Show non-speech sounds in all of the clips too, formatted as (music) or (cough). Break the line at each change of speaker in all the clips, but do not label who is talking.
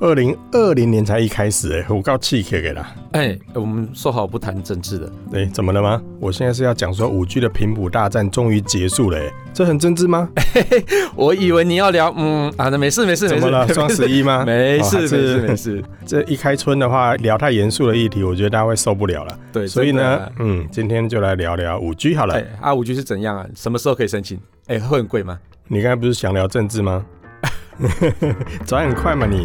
二零二零年才一开始、欸，哎，我告气气给啦。
哎、我们说好不谈政治的，
哎、怎么了吗？我现在是要讲说五 G 的频谱大战终于结束了、欸，这很政治吗？
(laughs) 我以为你要聊，嗯啊，那没事没事没
怎
事，
么了？双十
一啊
一吗？
没事
哦
没
还
事
是
没 (laughs) 事，
这一开春的话，聊太严肃的议题，我觉得大家会受不了了。
对，
所以
真的
呢
啊，，
嗯，今天就来聊聊五 G 好了。
哎，啊五 G 是怎样啊？什么时候可以申请？哎、会很贵吗？
你刚才不是想聊政治吗？ (laughs) 转很快嘛你。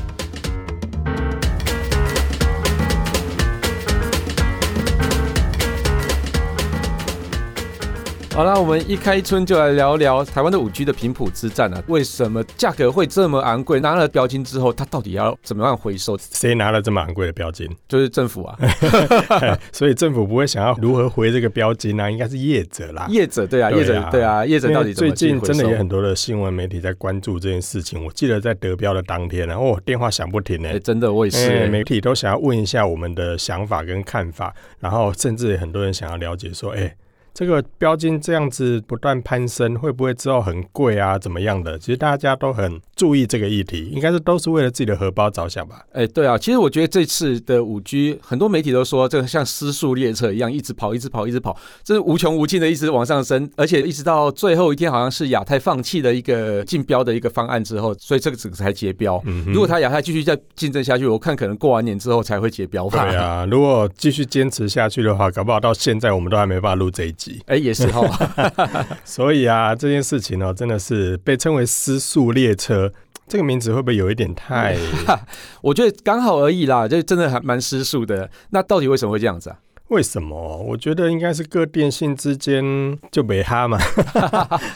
好啦，我们一开春就来聊聊台湾的五 G 的频谱之战啊，为什么价格会这么昂贵？拿了标金之后，它到底要怎么样回收？
谁拿了这么昂贵的标
(laughs)
金？
就是政府啊，
所以政府不会想要如何回这个标金呢、啊？应该是业者啦。
业者对啊，
对啊
业者对啊，业者到底
因为
怎
最
么去
近
回收
真的也很多的新闻媒体在关注这件事情。我记得在得标的当天呢、啊，哦，电话响不停呢、
哎，真的我也是
哎
哎
媒体都想要问一下我们的想法跟看法，然后甚至很多人想要了解说，哎、这个标金这样子不断攀升，会不会之后很贵啊？怎么样的？其实大家都很注意这个议题，应该是都是为了自己的荷包着想吧。
哎，对啊，其实我觉得这次的五 G，很多媒体都说这个像失速列车一样，一直跑，一直跑，一直跑，这是无穷无尽的一直往上升，而且一直到最后一天，好像是亚太放弃了一个竞标的一个方案之后，所以这个整个才结标。
嗯哼
如果他亚太继续再竞争下去，我看可能过完年之后才会解标吧。
对啊，如果继续坚持下去的话，搞不好到现在我们都还没办法录这一集。
哎，也是
(laughs)
哈，
所以啊，这件事情呢、真的是被称为“失速列车”这个名字，会不会有一点太……
我觉得刚好而已啦，就真的还蛮失速的。那到底为什么会这样子啊？
为什么？我觉得应该是各电信之间就没哈
(laughs)
嘛。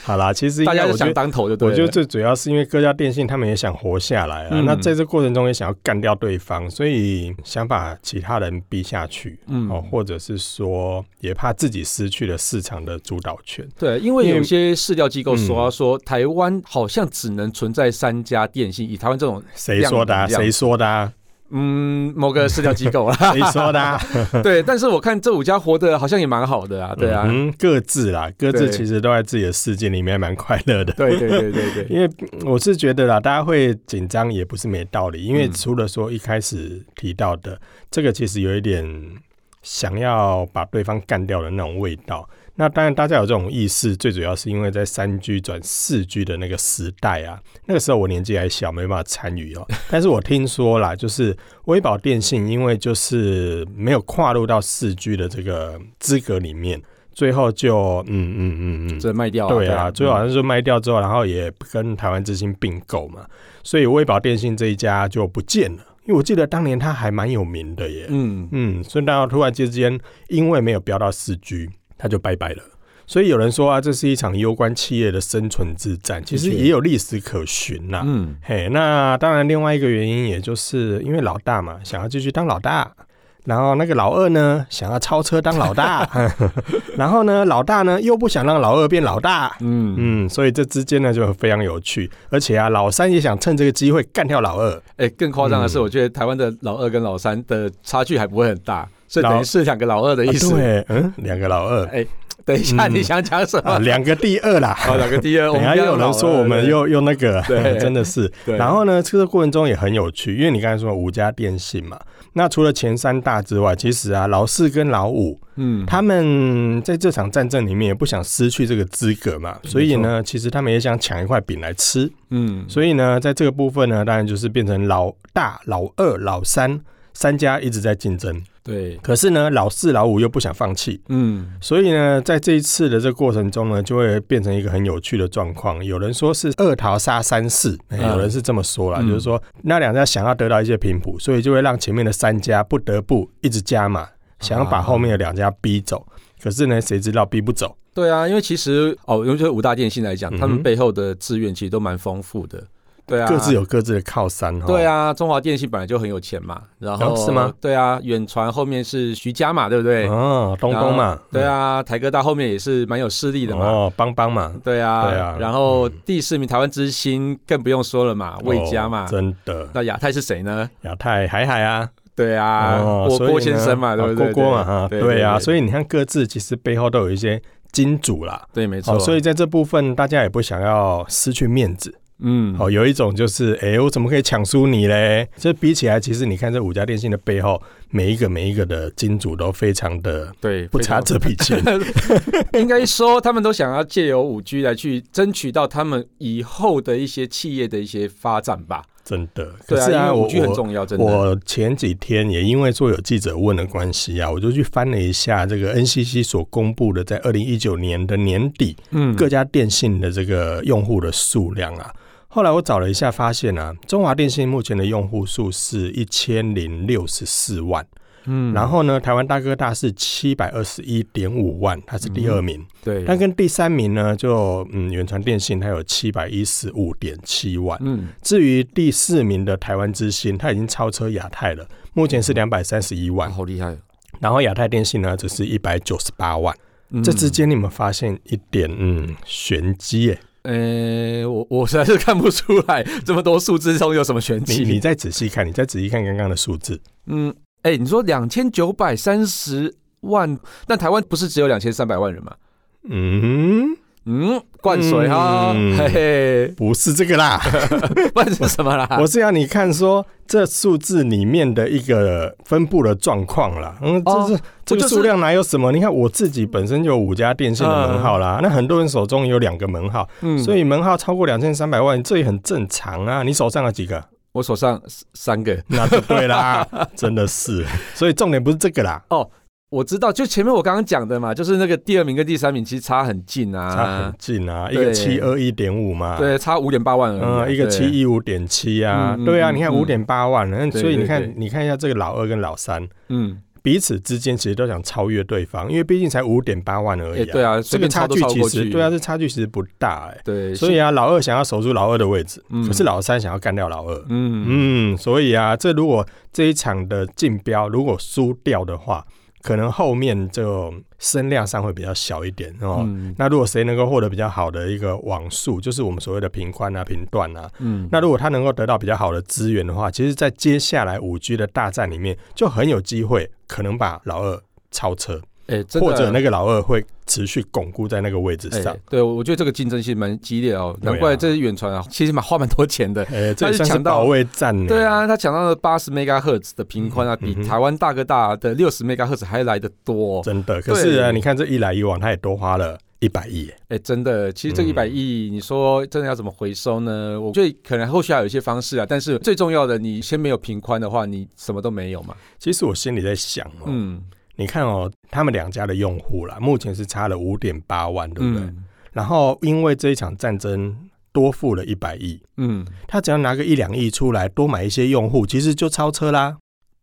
好啦，其实应
大
该
家就
我觉
想
得。
当头就对
我
了。
觉得最主要是因为各家电信他们也想活下来啊，
嗯
那在这过程中也想要干掉对方，所以想把其他人逼下去，
嗯
哦，或者是说也怕自己失去了市场的主导权。
对，因为
因为
有些市调机构说、啊
嗯
说台湾好像只能存在三家电信，以台湾这种
谁说的、啊？
量
谁说的、
(laughs)
啊？
嗯某个市调机
(laughs)
构啊，
谁说的、啊？
对。但是我看这五家活得好像也蛮好的啊，对啊，
嗯，各自啦，各自
对
其实都在自己的世界里面，蛮快乐的。
对对对对对，
因为嗯我是觉得啦，大家会紧张也不是没道理，因为
嗯
除了说一开始提到的，这个其实有一点想要把对方干掉的那种味道。那当然，大家有这种意识，最主要是因为在三 G 转四 G 的那个时代啊，那个时候我年纪还小，没办法参与哦。但是我听说啦，就是微保电信因为就是没有跨入到四 G 的这个资格里面，最后就嗯嗯嗯嗯，
这卖掉了、
对啊，最后好像是卖掉之后，然后也跟台湾之星并购嘛，所以微宝电信这一家就不见了。因为我记得当年它还蛮有名的耶，
嗯，
嗯，所以然突然之间因为没有飙到四 G，它就拜拜了。所以有人说啊，这是一场攸关企业的生存之战，其实
的确
也有历史可循啊呐、
嗯
嘿，那当然，另外一个原因也就是因为老大嘛，想要继续当老大，然后那个老二呢，想要超车当老大， (laughs) 然后呢，老大呢又不想让老二变老大，
嗯嗯，
嗯，所以这之间呢就非常有趣，而且啊，老三也想趁这个机会干掉老二，
哎、更夸张的是，
嗯
我觉得台湾的老二跟老三的差距还不会很大，所以等
老
于是两个老二的意思。
啊对，嗯，两个老
(laughs)
二。
等一下，
嗯
你想讲什么？啊
啊，两个第二啦！
好，两个第二， (laughs) 我
等一
们
下
不
又
要
有
老
人说
二
我们
对
又又那个
对，
(laughs) 真的是。
(laughs) 对，
然后呢，这个过程中也很有趣，因为你刚才说五家电信嘛，那除了前三大之外，其实啊，老四跟老五
嗯，
他们在这场战争里面也不想失去这个资格嘛，所以呢，其实他们也想抢一块饼来吃。
嗯，
所以呢，在这个部分呢，当然就是变成老大、老二、老三三家一直在竞争，
对，
可是呢，老四、老五又不想放弃，
嗯
所以呢，在这一次的这个过程中呢，就会变成一个很有趣的状况。有人说是二桃杀三士，哎
嗯
有人是这么说啦，
嗯
就是说那两家想要得到一些频谱，所以就会让前面的三家不得不一直加码，想要把后面的两家逼走。可是呢，谁知道逼不走？，
对啊，因为其实哦，因为就是五大电信来讲，
嗯哼
他们背后的资源其实都蛮丰富的。对啊，
各自有各自的靠山哦哈。
对，啊，中华电信本来就很有钱嘛，然后、
哦是吗？
对啊，远传后面是徐家嘛，对不对？
哦，东东嘛，
对啊，台哥大后面也是蛮有势力
嗯，
的嘛。
哦，帮帮嘛，
对啊，
对啊
然后第四名台湾之星更不用说了嘛，魏家嘛
哦。真的，
那亚太是谁呢？
亚太海海啊，
对啊，
哦
郭
所以
郭
呢
先生嘛，
啊
对不对？
郭郭嘛哈，对啊，所
以
以你看各自其实背后都有一些金主啦。
对，没错。
哦，所以在这部分大家也不想要失去面子。
嗯，
哦，有一种就是，哎、我怎么可以抢输你嘞？这比起来，其实你看这五家电信的背后，每一个每一个的金主都非常的
对，
不
非常
差这笔
(laughs)
钱。
应该说，他们都想要借由五 G 来去争取到他们以后的一些企业的一些发展吧。
真的。
对
可是
啊，因为
我
五 G 很
我
重要，真的。
我前几天也因为说有记者问的关系啊，我就去翻了一下这个 NCC 所公布的在二零一九年的年底
嗯
各家电信的这个用户的数量啊。后来我找了一下，发现啊，中华电信目前的用户数是一千零六十四万，
嗯
然后呢，台湾大哥大是七百二十一点五万，它是第二名，
对，
但跟第三名呢，就嗯，远传电信它有七百一十五点七万。
嗯，
至于第四名的台湾之星，它已经超车亚太了，目前是
嗯
两百三十一
哇，
万，
好厉害！
然后亚太电信呢只是一百九十八万，
嗯
这之间你有没有发现一点嗯玄机耶？
嗯，呃，我我实在是看不出来这么多数字中有什么玄
(laughs) 你你
机。
再仔细看，你再仔细看刚刚的数字，
嗯，哎，你说两千九百三十万，但台湾不是只有两千三百万人吗？
嗯，
嗯，灌水哈，
嗯
嘿嘿， (laughs)
不是这个啦，
不然是什么啦？
我是要你看说这数字里面的一个分布的状况啦。嗯，
哦
这是、这
不就
个
是
数量哪有什么？你看我自己本身就有五家电信的门号啦，那很多人手中有两个门号，
嗯
所以门号超过两千三百万，这也很正常啊。你手上有几个？
我手上三三个，
那就对
(laughs)
啦，真的是。所以重点不是这个啦，
我知道，就前面我刚刚讲的嘛，就是那个第二名跟第三名其实差很近
差
啊
很，近啊，一
对
个七二一点五嘛，，
对，差五点八万而已啊、
嗯，一个
对
七，一五点七啊
嗯嗯，
对啊，
嗯
你看
嗯
五点八万，那
对
所以你
对
看
对，
你看一下这个老二跟老三。
嗯，
彼此之间其实都想超越对方，因为毕竟才五点八万而
哎、
已、
对，啊，
这
随
个
便
差
超都
距
超
其
过
实
去，
对啊，，这差距其实不大哎、
对，
所以啊，老二想要守住老二的位置，
嗯
可是老三想要干掉老二。
嗯嗯，
嗯，所以啊，这如果这一场的竞标如果输掉的话，可能后面就声量上会比较小一点哦。
嗯
那如果谁能够获得比较好的一个网速，就是我们所谓的频宽啊、频段啊，
嗯，
那如果他能够得到比较好的资源的话，其实，在接下来五 G 的大战里面，就很有机会可能把老二超车，
哎、真的
或者那个老二会持续巩固在那个位置
哎、
上。
对，我觉得这个竞争性蛮激烈哦，
对啊
难怪这些远传啊， (laughs) 其实蛮花蛮多钱的。
呃、这也
他是
算是
抢到
保卫战呢。
对，啊，哎他抢到了八十 megahertz 的频宽啊，
嗯
比
嗯哼
台湾大哥大的六十 megahertz 还来得多。哦
真的。可是呢，
对
你看这一来一往，他也多花了一百亿耶。
哎，真的，其实这一百
嗯
亿，你说真的要怎么回收呢？我觉得可能后续还有一些方式啊，但是最重要的，你先没有平宽的话，你什么都没有嘛。
其实我心里在想哦，
嗯，
你看哦，他们两家的用户啦，目前是差了五点八万，对不对？
嗯
然后因为这一场战争多付了一百亿，
嗯，
他只要拿个一两亿出来，多买一些用户，其实就超车啦。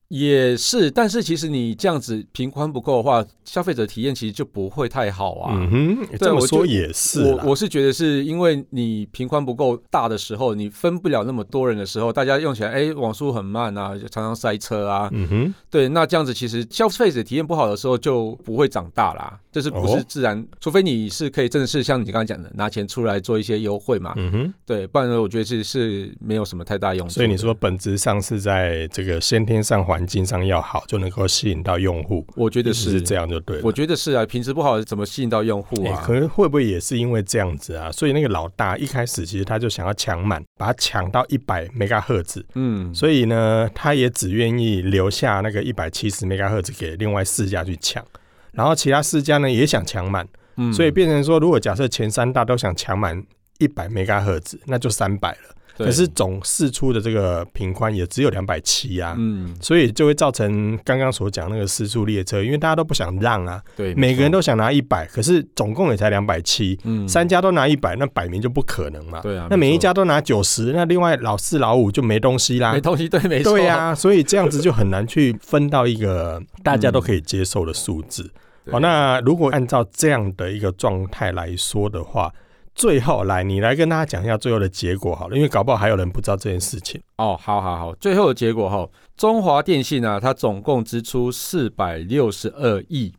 也是，但是其实你这样子平宽不够的话，消费者体验其实就不会太好啊。
嗯哼，这
我
么
就
说也是啦
我我是觉得是因为你频宽不够大的时候，你分不了那么多人的时候，大家用起来，哎，网速很慢啊，就常常塞车啊，
嗯哼，
对，那这样子其实消费者体验不好的时候就不会长大啦，这是不是
哦
自然？除非你是可以正式像你刚刚讲的拿钱出来做一些优惠嘛，
嗯哼，
对，不然我觉得是是没有什么太大用处的。
所以你说本质上是在这个先天上环境上要好，就能够吸引到用户，
我觉得
意思
是
是这样就对了。
我觉得是啊，平时不好怎么吸引到用户
欸
啊？
可能会不会也是因为这样子啊？所以那个老大一开始其实他就想要抢满，把它抢到一百 mega 赫兹，
嗯，
所以呢，他也只愿意留下那个一百七十 mega 赫兹给另外四家去抢，然后其他四家呢也想抢满，
嗯
所以变成说，如果假设前三大都想抢满一百 mega 赫兹，那就三百了。
对
可是总释出的这个频宽也只有两百七啊，
嗯，
所以就会造成刚刚所讲那个失速列车，因为大家都不想让啊，
对，
每个人
都
都想拿一百，可是总共也才两百七，
嗯
三家都拿一百，那摆明就不可能嘛。
对啊，
那每一
错
家都拿九十，那另外老四老五就没东西啦
没。东西，对，没错，
对啊呀、所以这样子就很难去分到一个大家都可以接受的数字。
对，
好，那如果按照这样的一个状态来说的话，最后来，你来跟大家讲一下最后的结果好了，因为搞不好还有人不知道这件事情。
哦，好好好，最后的结果哈，中华电信啊，它总共支出四百六十二亿，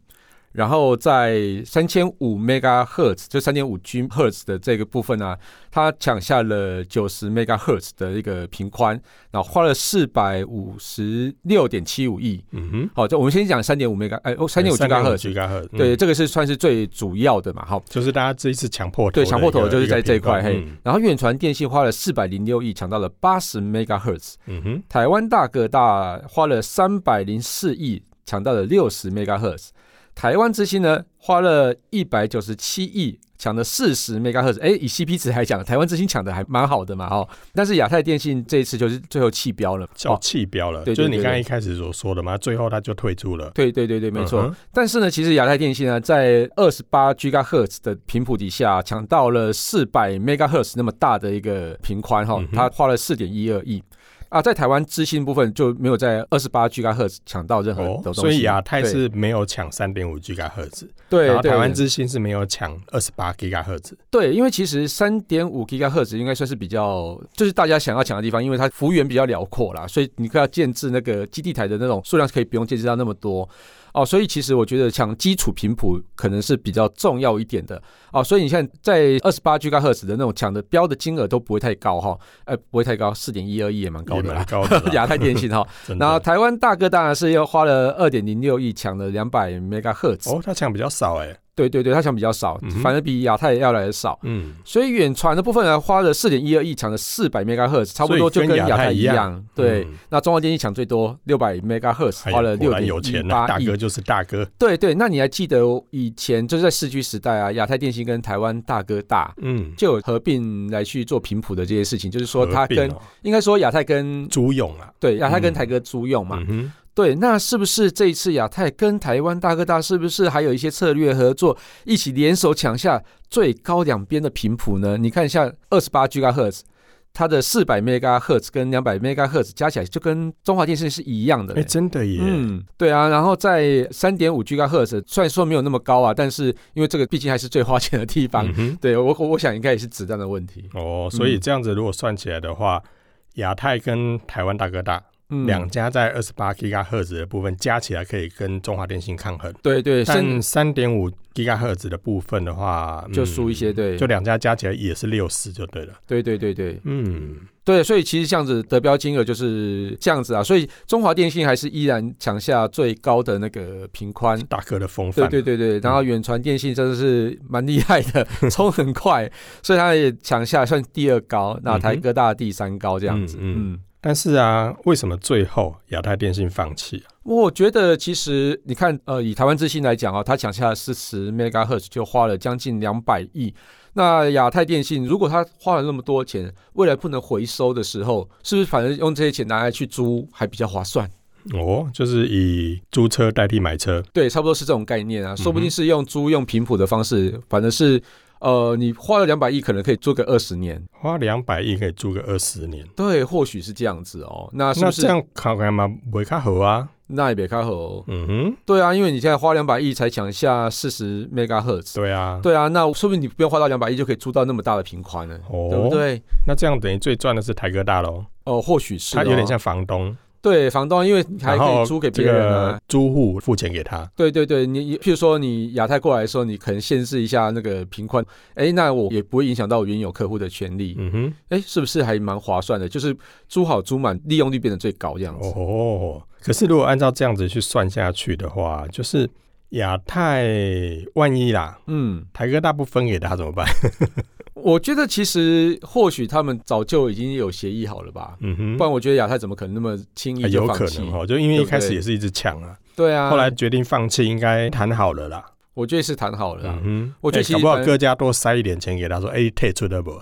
然后在三千五 megahertz 就三点五 G hertz 的这个部分呢、啊，它抢下了九十 megahertz 的一个频宽，然后花了四百五十六点七五亿。
嗯哼，
好，就我们先讲三点五 mega，哎，哦，三点五 GHz，
吉赫，嗯
对，，这个是算是最主要的嘛，好，
就是大家这一次强迫投的
对，
一个
强迫投的就是在这一块，
一个
嘿
频道。
然后远传电信花了四百零六亿，抢到了八十 megahertz。
嗯嗯哼，
台湾大哥大花了三百零四亿，抢到了六十 megahertz。台湾之星呢，花了一百九十七亿，抢了四十 megahertz。哎，以 CP 值来讲，台湾之星抢的还蛮好的嘛，哦。但是亚太电信这一次就是最后弃标了，
叫
哦
弃标了，
对对
就是你
对
刚才
对
一开始所说的嘛，最后他就退出了。
对对对对，没错。
嗯哼
但是呢，其实亚太电信呢，在二十八 GHz 的频谱底下，抢到了四百 MHz 那么大的一个频宽哈
嗯，哼
它花了四点一二亿。啊，在台湾之星部分就没有在二十八 GHz 抢到任何的
哦，
东西，
所以亚太
对
是没有抢三点五 G 赫兹，
对
然后
对
台湾之星是没有抢二十八 G 赫兹。
对，因为其实三点五 GHz 应该算是比较，就是大家想要抢的地方，因为它幅员比较辽阔啦，所以你可要建制那个基地台的那种数量可以不用建制到那么多哦，所以其实我觉得抢基础频谱可能是比较重要一点的哦，所以你像在二十八 GHz 的那种抢的标的金额都不会太高哈，呃，不会太高，四点一二亿也蛮高
也
的
蛮
啦，
高的啦
(laughs) 亚太电信哈，
(laughs) 真
(laughs)
的
然后台湾大哥当然是要花了二点零六亿抢了两百 MHz，、
哦，他抢比较少哎，
对对对，它抢比较少
嗯，哼
反而比亚太要来的少。
嗯，
所以远传的部分呢，花了四点一二亿，抢了四百 megahertz，差不多就
所以跟
跟亚
亚太
太
一
一
样
样。对，
嗯
那中华电信抢最多六百 megahertz，
哎呀
花了
果
六
然
点
有钱
一
啊，
八
大
亿
哥。就是大哥，
对对，那你还记得以前就是在市区时代啊，亚太电信跟台湾大哥大
嗯，
就有合并来去做频谱的这些事情，就是说它
合并
跟、
哦
应该说亚太跟
朱勇啊，
对亚太跟
嗯
台哥租用嘛，
嗯哼，
对，那是不是这一次亚太跟台湾大哥大是不是还有一些策略合作，一起联手抢下最高两边的频谱呢？你看一下二十八 GHz，它的四百 MHz 跟两百 MHz 加起来就跟中华电信是一样的
哎，
嘞。
真的耶，
嗯，对啊，然后在三点五 GHz，虽然说没有那么高啊，但是因为这个毕竟还是最花钱的地方，
嗯哼
对我我我想应该也是子弹的问题。
哦，所以这样子如果算起来的话，亚太跟台湾大哥大
嗯，
两家在二十八 g 赫兹的部分加起来可以跟中华电信抗衡，
对对，甚
但三点五 g 赫兹的部分的话，嗯
就输一些，，对，
就两家加起来也是六四就对了。
对对对对。
嗯，
对，所以其实这样子得标金额就是这样子啊，所以中华电信还是依然抢下最高的那个频宽。
嗯大哥的风
对
范，
对对对，然后远传电信真的是蛮厉害
(laughs)
的，冲很快，所以它也抢下算第二高，那台哥大第三高这样子。
嗯
嗯，
但是啊，为什么最后亚太电信放弃啊、
我觉得其实你看，呃，以台湾之星来讲啊，它抢下四十 megahertz 就花了将近两百亿。那亚太电信如果它花了那么多钱，未来不能回收的时候，是不是反正用这些钱拿来去租还比较划算？
哦，就是以租车代替买车，
对，差不多是这种概念啊，说
嗯
不
哼
定是用租用频谱的方式，反正是呃，你花了两百亿，可能可以租个二十年，
花两百亿可以租个二十年。
对，或许是这样子哦。那是
那
不是
这样考干嘛？维卡好啊，
那也别开口？
嗯哼，
对啊，因为你现在花两百亿才抢下四十 megahertz，
对啊，
对啊，那说不定你不用花到两百亿就可以租到那么大的频宽了，
哦，
对不对？
那这样等于最赚的是台哥大喽，
哦，或许是、哦，
他有点像房东，
对房东，因为你还
然
可
后
以租给
这
别人啊。
个租户付钱给他，
对对对，你譬如说你亚太过来的时候，你可能限制一下那个频宽，哎，那我也不会影响到我原有客户的权利。
嗯哼，
哎，是不是还蛮划算的？就是租好租满，利用率变得最高这样子。
哦，可是如果按照这样子去算下去的话，就是亚太万一啦，
嗯，
台哥大不分给他怎么办？ (laughs)
我觉得其实或许他们早就已经有协议好了吧，
嗯哼
不。然我觉得亚太怎么可能那么轻
哎
易
有
就放
可
弃？
能哦，就因为一开
对不
始
对
也是一直抢啊，
对啊，
后来决定放弃，应该谈好了啦。
我觉得是谈好了啦。
嗯哼，
啊我觉得
哎
其实呃
搞不好
反正
各家多塞一点钱给他，说哎，退出的不，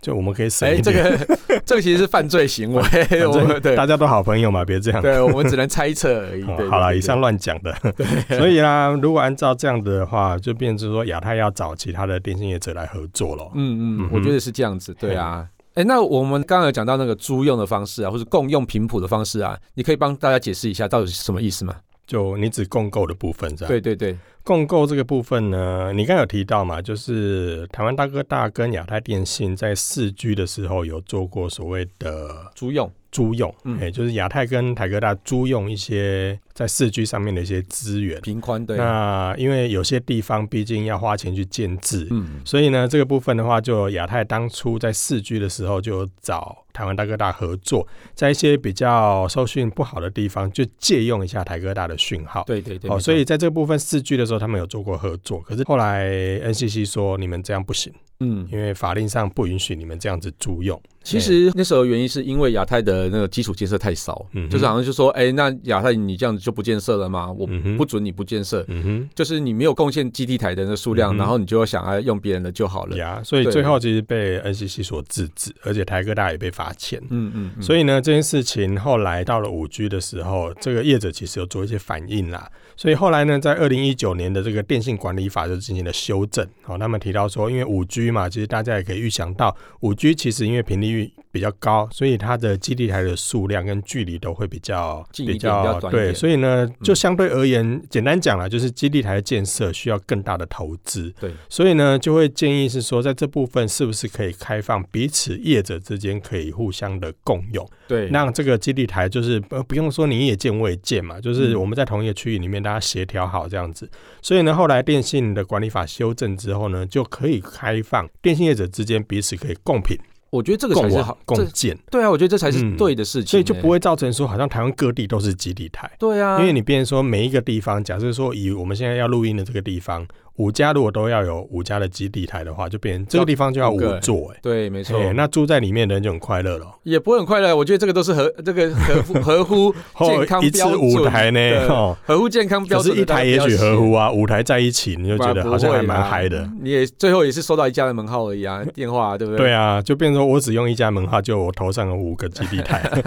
就我们可以省
哎、
一
这
点。
个这个其实是犯罪行为，
反
(laughs) 我们
正 (laughs)
对
大家都好朋友嘛，别这样。
对，我们只能猜测而已。对
哦 (laughs)
对
好了，
对
以上乱讲的。
(laughs)
所以啦，如果按照这样的话，就变成说亚太要找其他的电信业者来合作咯。
嗯
嗯
嗯
哼，
我觉得是这样子，对啊。哎，那我们刚刚有讲到那个租用的方式啊，或是共用频谱的方式啊，你可以帮大家解释一下到底是什么意思吗？
就你只共购的部分是吧？，
对对对，
共购这个部分呢，你刚刚有提到嘛，就是台湾大哥大跟亚太电信在四 G 的时候有做过所谓的
租用，
租用，哎、
嗯
就是亚太跟台哥大租用一些在四 G 上面的一些资源。
平宽对，
那因为有些地方毕竟要花钱去建制，
嗯，
所以呢，这个部分的话，就亚太当初在四 G 的时候就找台湾大哥大合作，在一些比较收讯不好的地方，就借用一下台哥大的讯号。
对对对，
哦，
没错
所以在这个部分四 G 的时候，他们有做过合作，可是后来 NCC 说你们这样不行，
嗯，
因为法令上不允许你们这样子租用。
其实那时候原因是因为亚太的那个基础建设太少，
嗯哼
就是好像就说，哎、那亚太你这样子就不建设了吗？我
嗯哼
不准你不建设，
嗯
就是你没有贡献基地台的那数量，
嗯哼
然后你就想要用别人的就好了
哼，。呀，所以
对
最后其实被 NCC 所制止，而且台哥大也被罚钱。
嗯嗯，嗯
所以呢，这件事情后来到了五 G 的时候，这个业者其实有做一些反应啦。所以后来呢，在二零一九年的这个电信管理法就进行了修正。好、他们提到说，因为五 G 嘛，其实大家也可以预想到，五 G 其实因为频率比较高，所以它的基地台的数量跟距离都会比较
近一点
比较
比较短一点嗯
对，所以呢，就相对而言，简单讲啦，就是基地台的建设需要更大的投资。
对，
所以呢，就会建议是说，在这部分是不是可以开放彼此业者之间可以互相的共用。
对，
让这个基地台就是呃不用说你也建我也建嘛，就是
嗯
我们在同一个区域里面大家协调好这样子。所以呢，后来电信的管理法修正之后呢，就可以开放电信业者之间彼此可以共频、
我觉得这个才
共
是
网
好，、这
共建，
对啊，我觉得这才是
嗯
对的事情、
所以就
哎
不会造成说好像台湾各地都是基地台。
对啊，
因为你变成说每一个地方，假设说以我们现在要录音的这个地方，五家如果都要有五家的基地台的话，就变成这个地方就要
五
五
个
座、欸，
对，没错，
哎、那住在里面的人就很快乐了。
也不会很快乐。我觉得这个都是合这个合乎合乎健康
哦一次
标
五
准
台呢，
对
哦，
合乎健康标
可是，
准的
一
大
台
家
也
不要
许合
写
乎啊，五台在一起，你就觉得好像还蛮嗨的。
啊你也最后也是收到一家的门号而
(laughs)
已啊，电话、对不对？
对啊，就变成说我只用一家门号，就我头上有五个基地台。
(laughs)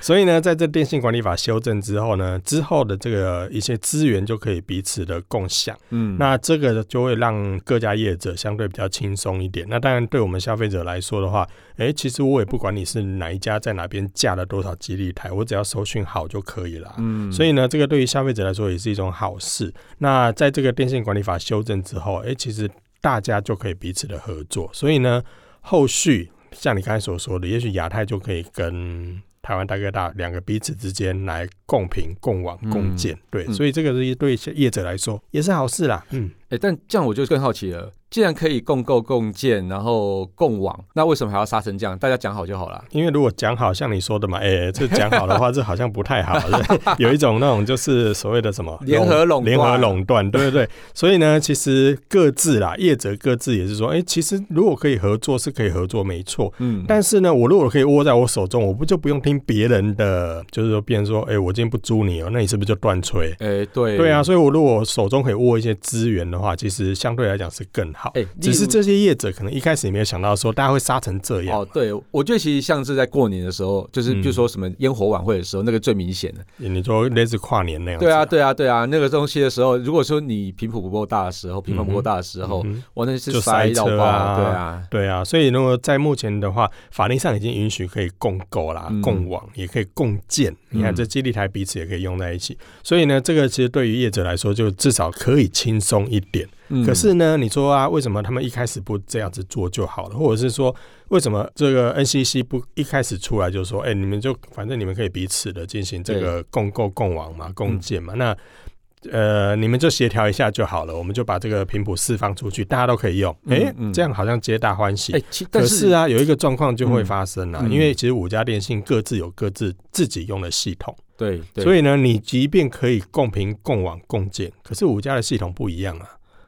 所以呢，在这电信管理法修正之后呢，之后的这个一些资源就可以彼此的共享。
嗯，
那这个就会让各家业者相对比较轻松一点。那当然，对我们消费者来说的话，诶、其实我也不管你是哪一家在哪边架了多少基地台，我只要搜讯好就可以了。啊
嗯
所
以
以呢，这个对于消费者来说也是一种好事。那在这个电信管理法修正之后，诶，其实大家就可以彼此的合作。所以呢，后续像你刚才所说的，也许亚太就可以跟台湾大哥大两个彼此之间来共平、共网、共建。对，
嗯
所以这个是对业者来说也是好事啦。嗯，
哎、但这样我就更好奇了，既然可以共购、共建，然后共网，那为什么还要杀成这样？大家讲好就好了。
因为如果讲好像你说的嘛，诶，这讲好的
(laughs)
话，这好像不太好，对 (laughs) 有一种那种就是所谓的什么
(laughs) 联合垄断
联合垄断，对不对？所以呢，其实各自啦，业者各自也是说，哎、其实如果可以合作是可以合作，没错。
嗯，
但是呢，我如果可以握在我手中，我不就不用听别人的，就是说别人说，哎、我今天不租你哦，那你是不是就断吹？
哎、对，
对啊，，所以我如果手中可以握一些资源的话，其实相对来讲是更好。
哎、
只是
例如
这些业者可能一开始也没有想到说大家会杀成这样，
哦，对，我觉得其实像是在过年的时候，就是
嗯
比如说什么烟火晚会的时候，那个最明显的。
你说类似跨年那样子。
对啊，对啊，对啊，那个东西的时候，如果说你频谱不够大的时候，频繁不够大的时候，
嗯哼
我那是
就
塞
塞
到
车
爆，
啊
对啊，
对啊，所以如果在目前的话，法律上已经允许可以共购啦、
嗯
共网，也可以共建。你看
嗯
这基地台彼此也可以用在一起，所以呢，这个其实对于业者来说，就至少可以轻松一点。
嗯
可是呢，你说啊，为什么他们一开始不这样子做就好了？或者是说，为什么这个 NCC 不一开始出来就说，哎、你们就反正你们可以彼此的进行这个共购、共网
嗯
嘛、共建嘛？那呃，你们就协调一下就好了，我们就把这个频谱释放出去，大家都可以用。哎、
嗯嗯
这样好像皆大欢喜。
哎、其但
可
是
是啊，有一个状况就会发生了、
嗯嗯
因为其实五家电信各自有各自自己用的系统，
对，对
所以呢，你即便可以共频、共网、共建，可是五家的系统不一样啊。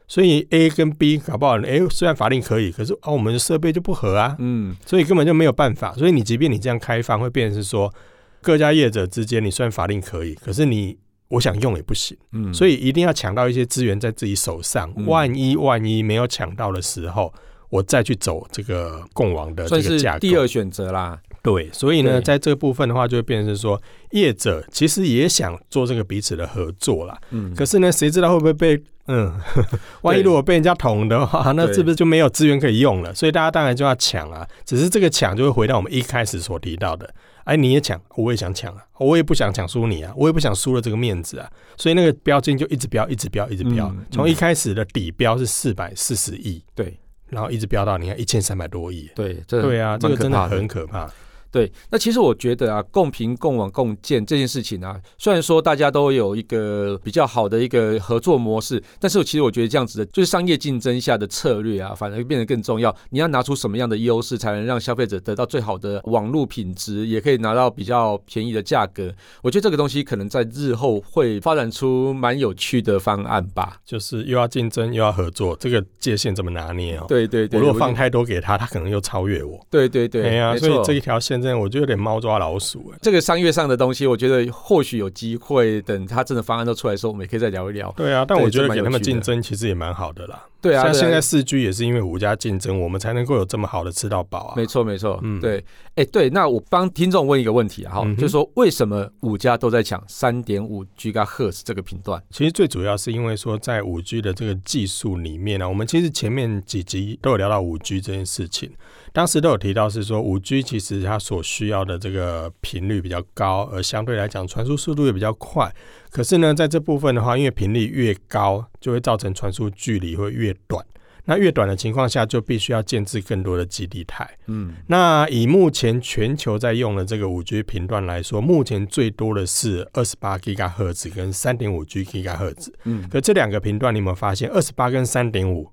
所以 A 跟 B 搞不好，A 虽然法令可以，可是哦，我们的设备就不合啊，
嗯，
所以根本就没有办法。所以你即便你这样开放，会变成是说，各家业者之间，你虽然法令可以，可是你我想用也不行。
嗯，
所
以
以一定要抢到一些资源在自己手上
嗯。
万一万一没有抢到的时候，我再去走这个共网的
算
这个
是
架构。
第二选择啦。
对，所以呢，
对
在这部分的话，就会变成是说，业者其实也想做这个彼此的合作啦。
嗯，
可是呢，谁知道会不会被嗯， (laughs) 万一如果被人家捅的话， (laughs) 那
对
是不是就没有资源可以用了？所以大家当然就要抢啊。只是这个抢就会回到我们一开始所提到的啊，哎，你也抢，我也想抢啊，我也不想抢输你啊，我也不想输了这个面子啊，所以那个标金就一直标，一直标，一直标
嗯，
从、一开始的底标是四百四十亿，
对
然后一直标到你看一千三百多亿。
对，这
对啊，这
蛮
个
可
真
怕
的很可怕。
对，那其实我觉得啊，共评、共网、共建这件事情啊，虽然说大家都有一个比较好的一个合作模式，但是其实我觉得这样子的，就是商业竞争下的策略啊，反而变得更重要。你要拿出什么样的优势，才能让消费者得到最好的网络品质，也可以拿到比较便宜的价格？我觉得这个东西可能在日后会发展出蛮有趣的方案吧。
就是又要竞争又要合作，这个界限怎么拿捏哦？
对对对，
我如果放
觉得
太多给他，他可能又超越我。
对对对，
哎呀、
没
所以
错
这一条线真的我就有点猫抓老鼠哎。
这个商业上的东西，我觉得或许有机会，等他真的方案都出来的时候，我们也可以再聊一聊。
对啊，但
对
我觉
这
得
蛮
给
有
他们
趣
竞
的
争其实也蛮好的啦。
对啊，
像
对啊
现在四 G 也是因为五家竞争，我们才能够有这么好的吃到饱啊。
没错没错，
嗯
对，哎对，那我帮听众问一个问题啊，哈、
嗯哼
就是说为什么五家都在抢三点五 G 和 Hertz 这个频段？
其实最主要是因为说，在五 G 的这个技术里面啊呢、我们其实前面几集都有聊到五 G 这件事情，当时都有提到是说，五 G 其实它所需要的这个频率比较高，而相对来讲传输速度也比较快。可是呢，在这部分的话，因为频率越高，就会造成传输距离会越短。那越短的情况下，就必须要建置更多的基地台。
嗯，
那以目前全球在用的这个五 G 频段来说，目前最多的是二十八 g 赫兹跟三点五 g 赫兹。
嗯，
可这两个频段，你有没有发现二十八跟三点五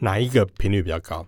哪一个频率比较高？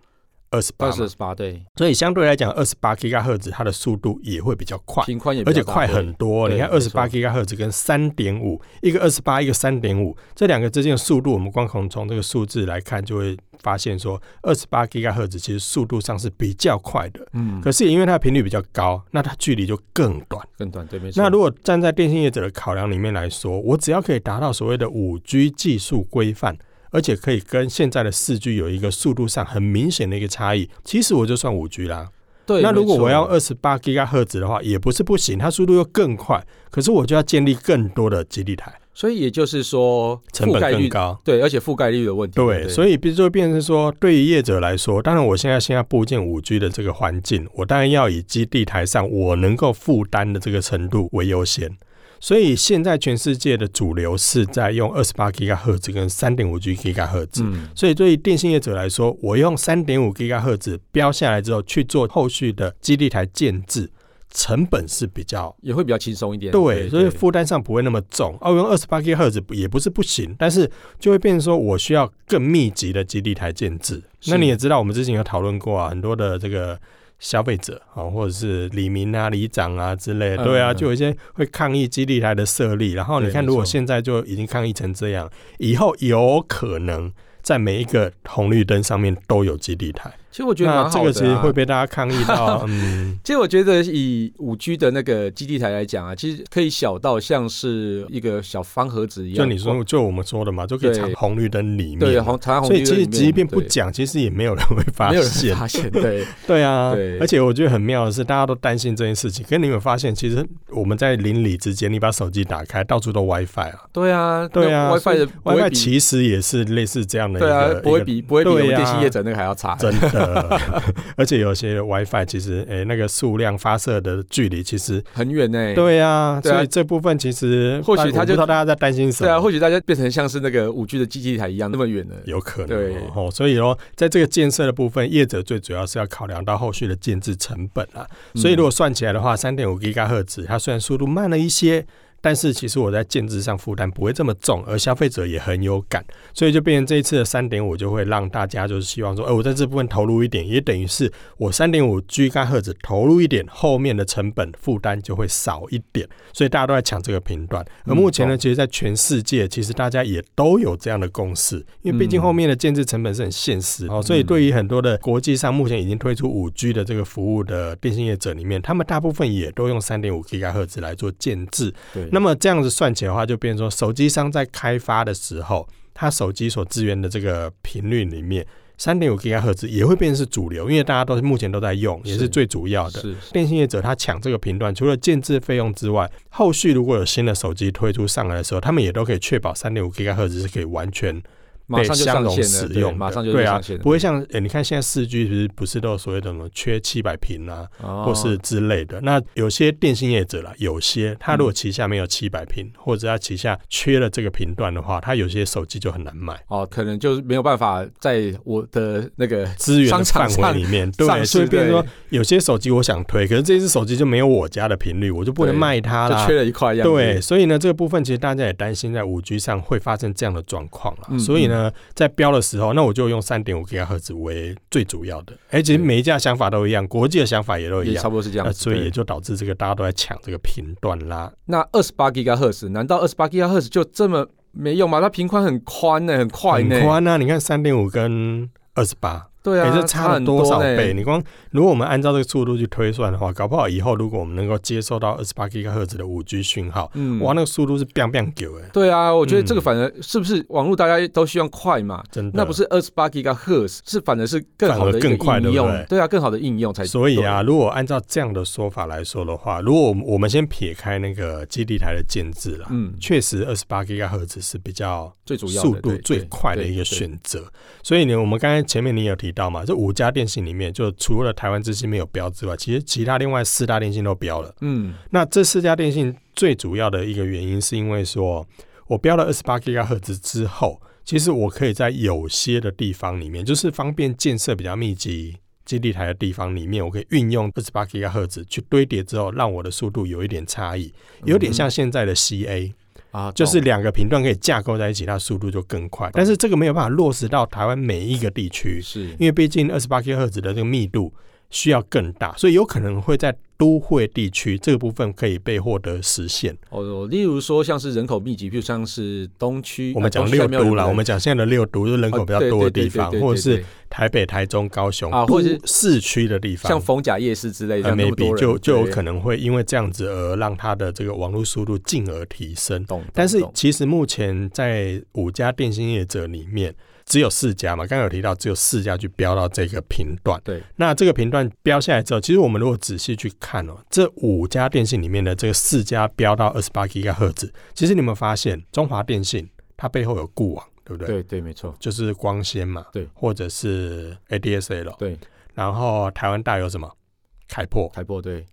二十八
二，十八对，
所以相对来讲，二十八 g 赫兹它的速度也会比较快，
频宽也比
而且
较大
快很多。
对
你看
没
二十
错
八 g 赫兹跟三点五，一个二十八，一个三点五，这两个之间的速度，我们光从从这个数字来看，就会发现说，二十八 g 赫兹其实速度上是比较快的。
嗯，
可是也因为它的频率比较高，那它距离就更短。
更短对没错。
那如果站在电信业者的考量里面来说，我只要可以达到所谓的五 G 技术规范，而且可以跟现在的四 G 有一个速度上很明显的一个差异，其实我就算五 G 啦。
对，
那如果
没错
我要二十八 g 赫兹的话，也不是不行，它速度又更快，可是我就要建立更多的基地台，
所以也就是说
成
覆
本
盖率
更高。
对，而且覆盖率的问题，
对，所
以
以就变成说，对于业者来说，当然我现在现在部件五 G 的这个环境，我当然要以基地台上我能够负担的这个程度为优先。所以现在全世界的主流是在用二十八 g 赫兹跟三点五 g 赫兹。
嗯，
所以对于电信业者来说，我用三点五 g 赫兹标下来之后去做后续的基地台建制，成本是比较。
也会比较轻松一点。
对，所以负担上不会那么重。哦，用二十八 G 赫兹也不是不行，但是就会变成说我需要更密集的基地台建制。
是
那你也知道，我们之前有讨论过啊，很多的这个消费者啊、哦或者是李明啊、里长啊之类的，
嗯
对啊，
嗯
就有一些会抗议基地台的设立。然后你
对
看，
没
如果
错
现在就已经抗议成这样，以后有可能。在每一个红绿灯上面都有基地台，
其实我觉得蛮
那
好
这个
的、啊，
其实会被大家抗议
(laughs)
到，嗯，
其实我觉得以五 G 的那个基地台来讲啊，其实可以小到像是一个小方盒子一样。
就你说，就我们说的嘛，就可以
对
藏红绿灯里面嘛，
对红长安红
所
绿
以
灯
其实
里面
即便不
对
讲，其实也没有人会发
没有人
现。
发现，对
(laughs) 对啊，
对
而且我觉得很妙的是，大家都担心这件事情。可是你有没有发现，其实我们在邻里之间，你把手机打开，到处都 WiFi 啊
对啊，
对啊
那 WiFi 的不会
，WiFi
比
其实也是类似这样的一
对
个，
啊，不会
一个
比不会比我们
对啊
电信业者那个还要
(laughs)
差。
真的。而且有些 WiFi 其实，诶、那个数量发射的距离其实。
很远呢、
对啊，
对啊
所以这部分其实
或许
但我
他
不
就
知道大家在担心什么。
对啊，或许大家变成像是那个五 G 的基地台一样那么远了。
有可能
对
哦哦，所以哦，在这个建设的部分，业者最主要是要考量到后续的建制成本啊。
嗯
所以如果算起来的话，三点五 g 赫兹，它虽然速度慢了一些，但是其实我在建制上负担不会这么重，而消费者也很有感，所以就变成这一次的三点五就会让大家就是希望说，哎、我在这部分投入一点，也等于是我三点五 g 赫兹投入一点，后面的成本负担就会少一点，所以大家都在抢这个频段。而
嗯
目前呢，
懂
其实，在全世界，其实大家也都有这样的共识，因为毕竟
嗯
后面的建制成本是很现实、哦，所以
嗯
对于很多的国际上目前已经推出五 G 的这个服务的电信业者里面，他们大部分也都用三点五 g 赫兹来做建制。
对，
那么这样子算起来的话，就变成说，手机商在开发的时候，它手机所支援的这个频率里面，三点五 g 赫兹也会变成是主流，因为大家都是目前都在用，也是
是
最主要的。
是
电信业者他抢这个频段，除了建制费用之外，后续如果有新的手机推出上来的时候，他们也都可以确保三点五 g 赫兹是可以完全
马
被
上就
相
上
容
线
使
了，对
用的，
马上就
对
被
啊
上线，了，
不会像诶、你看现在四 G 其实不是都有所谓的什么缺七百平啊，
哦
或是之类的。那有些电信业者啦，有些他
嗯
如果旗下没有七百平，或者他旗下缺了这个频段的话，他有些手机就很难买。
哦，可能就是没有办法在我的那个
资源
商
的
场
范
上
围里
(laughs)
面，对，
上市
所以变成说
对
有些手机我想推，可是这只手机就没有我家的频率，我就不能
对
卖它
就
啦
缺。了一块样子，
对，所以呢，这个部分其实大家也担心在五 G 上会发生这样的状况啦。
嗯
所以呢，在标的时候，那我就用三点五 g 赫兹为最主要的。哎、其实
对
每一家想法都一样，国际的想法也都一
也
样
差，不多是这样
那啊
子。
呃所以
对
也就导致这个大家都在抢这个频段啦。
那二十八 g 赫兹，难道二十八 g 赫兹就这么没用吗？它频宽很宽呢、很快
很
呢、
宽啊！你看三点五跟二十八，
对
也
啊，
是
差
差了
很
多少
呢
倍？？你光如果我们按照这个速度去推算的话，搞不好以后如果我们能够接收到二十八 g 赫兹的五 G 讯号，
嗯
哇，那个速度是 biang biang 九哎，
对啊，我觉得这个
嗯
反而是不是网络大家都希望快嘛？
真的。
那不是二十八 g 赫兹，是反而是更好的一
反而更快
个应
对不
用，
对
对啊，更好的应用才。
所以啊，，如果按照这样的说法来说的话，如果我们我们先撇开那个基地台的建制啦，
嗯，
确实二十八 g 赫兹是比较
最主要的
速度
对
最
对
快的
对
一个
对
选择。所以呢，我们刚才前面你有提到嘛，这五家电信里面，就除了台湾之星没有标之外，其实其他另外四大电信都标了。
嗯，
那这四家电信最主要的一个原因，是因为说我标了二十八 g 赫兹之后，其实我可以在有些的地方里面，就是方便建设比较密集。基地台的地方里面，我可以运用二十八 g 赫兹去堆叠之后，让我的速度有一点差异，有点像现在的 CA，、
啊，
就是
懂
两个频段可以架构在一起，它速度就更快。但是这个没有办法落实到台湾每一个地区，
是
因为毕竟二十八 k 赫兹的这个密度需要更大，所以有可能会在都会地区这个部分可以被获得实现。
哦，例如说像是人口密集，譬如像是东区，
我们
啊
讲
东区还
六
没有
都啦，
人
我们讲现在的六都就是人口比较多的地方
哦，对对对对对对
或者是
对
台北、台中、高雄
啊或者是
都市区的地方，
像逢甲夜市之类的，
呃
像那么多
maybe
人
就就有可
对
能会因为这样子而让它的这个网络速度进而提升。
懂，懂
但是
懂
其实目前在五家电信业者里面，只有四家嘛，刚刚有提到只有四家去标到这个频段。
对，
那这个频段标下来之后，其实我们如果仔细去看哦，这五家电信里面的这个四家标到二十八 g 赫兹，其实你有没有发现，中华电信它背后有固网，对不对？
对对没错，
就是光纤嘛，
对，
或者是 ADSL，
对，
然后台湾大有什么？开拓，
台播对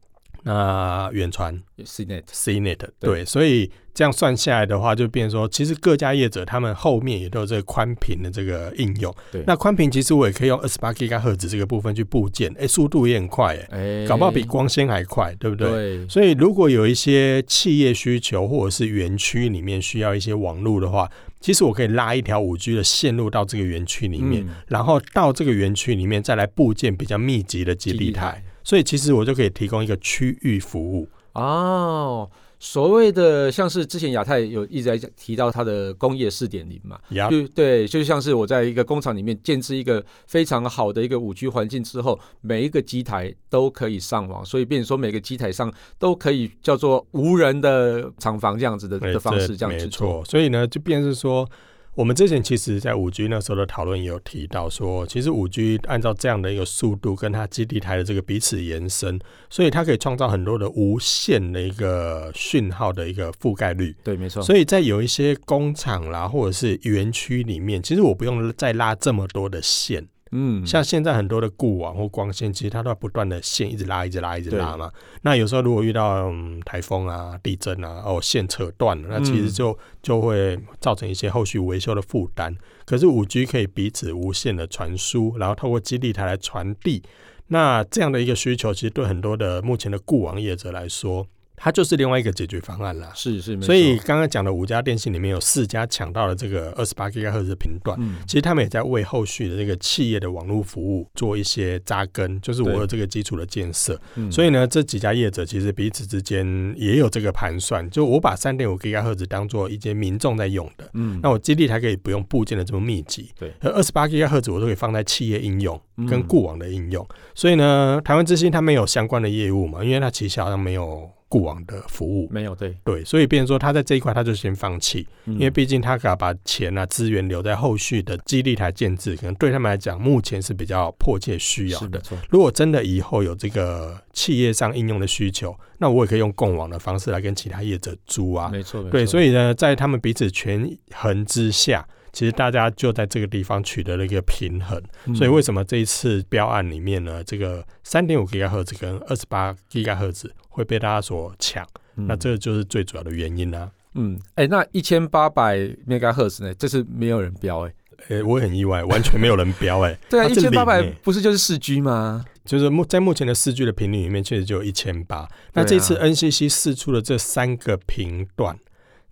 那远传，
CNET
CNET，对
对
所以这样算下来的话，就变成说，其实各家业者他们后面也都有这个宽频的这个应用。
对
那宽频其实我也可以用二十八 g 赫兹这个部分去部件，哎、速度也很快、哎、
哎，
搞不好比光纤还快，对不对？
对
所以，如果有一些企业需求或者是园区里面需要一些网络的话，其实我可以拉一条五 G 的线路到这个园区里面，
嗯
然后到这个园区里面再来部件比较密集的基
基
地
地
台
台。
所以，其实我就可以提供一个区域服务。
哦。所谓的像是之前亚太有一直在提到它的工业四点零嘛，
呀
就对，就像是我在一个工厂里面建置一个非常好的一个五 G 环境之后，每一个机台都可以上网，所以变成说每个机台上都可以叫做无人的厂房这样子的
哎
的方式，这样
没
去做。
错。所以呢，就便是说，我们之前其实在五 G 那时候的讨论也有提到说，其实五 G 按照这样的一个速度跟它基地台的这个彼此延伸，所以它可以创造很多的无线的一个讯号的一个覆盖率。
对，没错。
所以在有一些工厂啦，或者是园区里面，其实我不用再拉这么多的线，
嗯，
像现在很多的固网或光纤，其实它都要不断的线一直拉，一直拉，一直拉
对
嘛。那有时候如果遇到嗯台、风啊、地震啊，哦线扯断了，那其实
嗯
就、就会造成一些后续维修的负担。可是五 G 可以彼此无线的传输，然后透过基地台来传递。那这样的一个需求，其实对很多的目前的固网业者来说，它就是另外一个解决方案啦。
是是，没
所以
错
刚刚讲的五家电信里面有四家抢到了这个二十八 g 赫兹频段，
嗯，
其实他们也在为后续的这个企业的网络服务做一些扎根，就是我
对
有这个基础的建设。
嗯
所以呢，这几家业者其实彼此之间也有这个盘算，就我把三点五 g 赫兹当做一间民众在用的，
嗯，
那我基地台可以不用部件的这么密集。
对
而二十八 g 赫兹我都可以放在企业应用
嗯
跟固网的应用。所以呢，台湾之星它没有相关的业务嘛，因为它旗下好像没有固网的服务。
没有对，嗯
对，所以变成说他在这一块他就先放弃，
因
因为毕竟他可把钱啊资源留在后续的基地台建制，可能对他们来讲目前是比较迫切需要
是没
的。
错。
如果真的以后有这个企业上应用的需求，那我也可以用共网的方式来跟其他业者租啊。
没错，没
对，
错
所以呢，在他们彼此权衡之下，其实大家就在这个地方取得了一个平衡。
嗯
所以为什么这一次标案里面呢，这个三点五 g 赫兹跟二十八 g 赫兹会被大家所抢？那这个就是最主要的原因啊啦、
嗯，哎、那一千八百 megahertz 呢？这是没有人标哎、
诶、我很意外，完全没有人标诶、 (laughs)
对啊，
它
一
是
千
零
八百
欸
不是就是四 G 吗？
就是目在目前的四 G 的频率里面，确实就有一千八。那
对啊
这次 NCC 试出的这三个频段，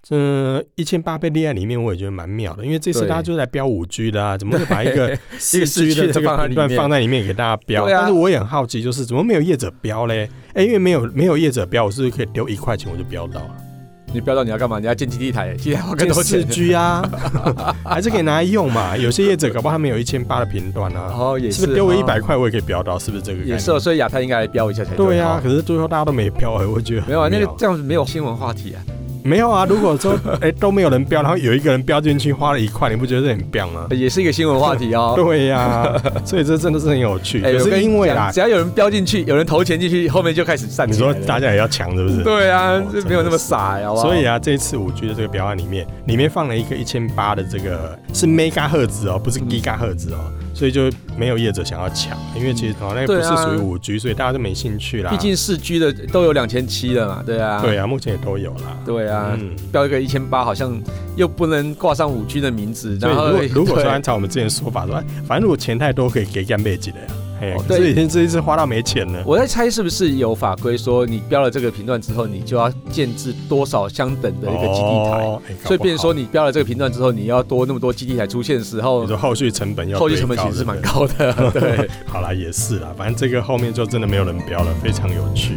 这一千八被列在里面，我也觉得蛮妙的，因为这次
对
大家就在标五 G 的啊，怎么会 (laughs) 把一个四 G
4G
的这个频段
的
放在里面给大家标？
对啊
但是我也很好奇，就是怎么没有业者标嘞？哎、因为没有没有业者标，我是不是可以丢一块钱我就标到了？
你标到你要干嘛？你要建基地台、欸，基地台花更
这
多
四
钱。
G (laughs) 啊，还是可以拿来用嘛？有些业者搞不好他们有一千八的频段啊，
哦，也
是不是丢个
哦
一百块我也可以标到？是不是这个概念？
也是哦，所以亚太应该来标一下才
对
呀、
啊，可是最后大家都没标、哎，我觉得很
没有啊，那
妙
个这样子没有新闻话题啊，
没有啊。如果说哎、都没有人标，然后有一个人标进去花了一块，你不觉得这很彪吗？
也是一个新闻话题哦。
对呀、
(laughs)
所以这真的是很有趣。
哎
可
我跟
是
你
因为
讲
啦，
只要有人标进去，有人投钱进去，后面就开始散
你
起来
说
了。
大家也要抢是不是？。
(laughs) 对啊
哦，
这没有那么傻呀、好不好
所以啊，这一次五 G 的这个表案里面，里面放了一个一千八的这个是 mega 赫兹哦，不是 giga 赫兹
嗯
哦，所以就没有业者想要抢，因为其实好像不
对
是
啊
属于五 G，所以大家就没兴趣啦。
毕竟四 G 的都有两千七了嘛，对啊，
对啊，目前也都有啦。
对啊，
嗯，
标一个一千八，好像又不能挂上五 G 的名字，
所
然后
以如果如果
对
说按照我们之前的说法说，哎反正如果钱太多可以给干妹级的呀，哎
哦，
可是
对
已经这一次花到没钱了。
我在猜是不是有法规说，你标了这个频段之后，你就要建制多少相等的一个基地台，
哦，哎
所以变成，说
搞
你标了这个频段之后，你要多那么多基地台出现的时
不好
候
你，说后续成本要
哦后续成本其实是蛮高的。
对不
对
(laughs) 对。好啦，也是啦，反正这个后面就真的没有人标了，非常有趣。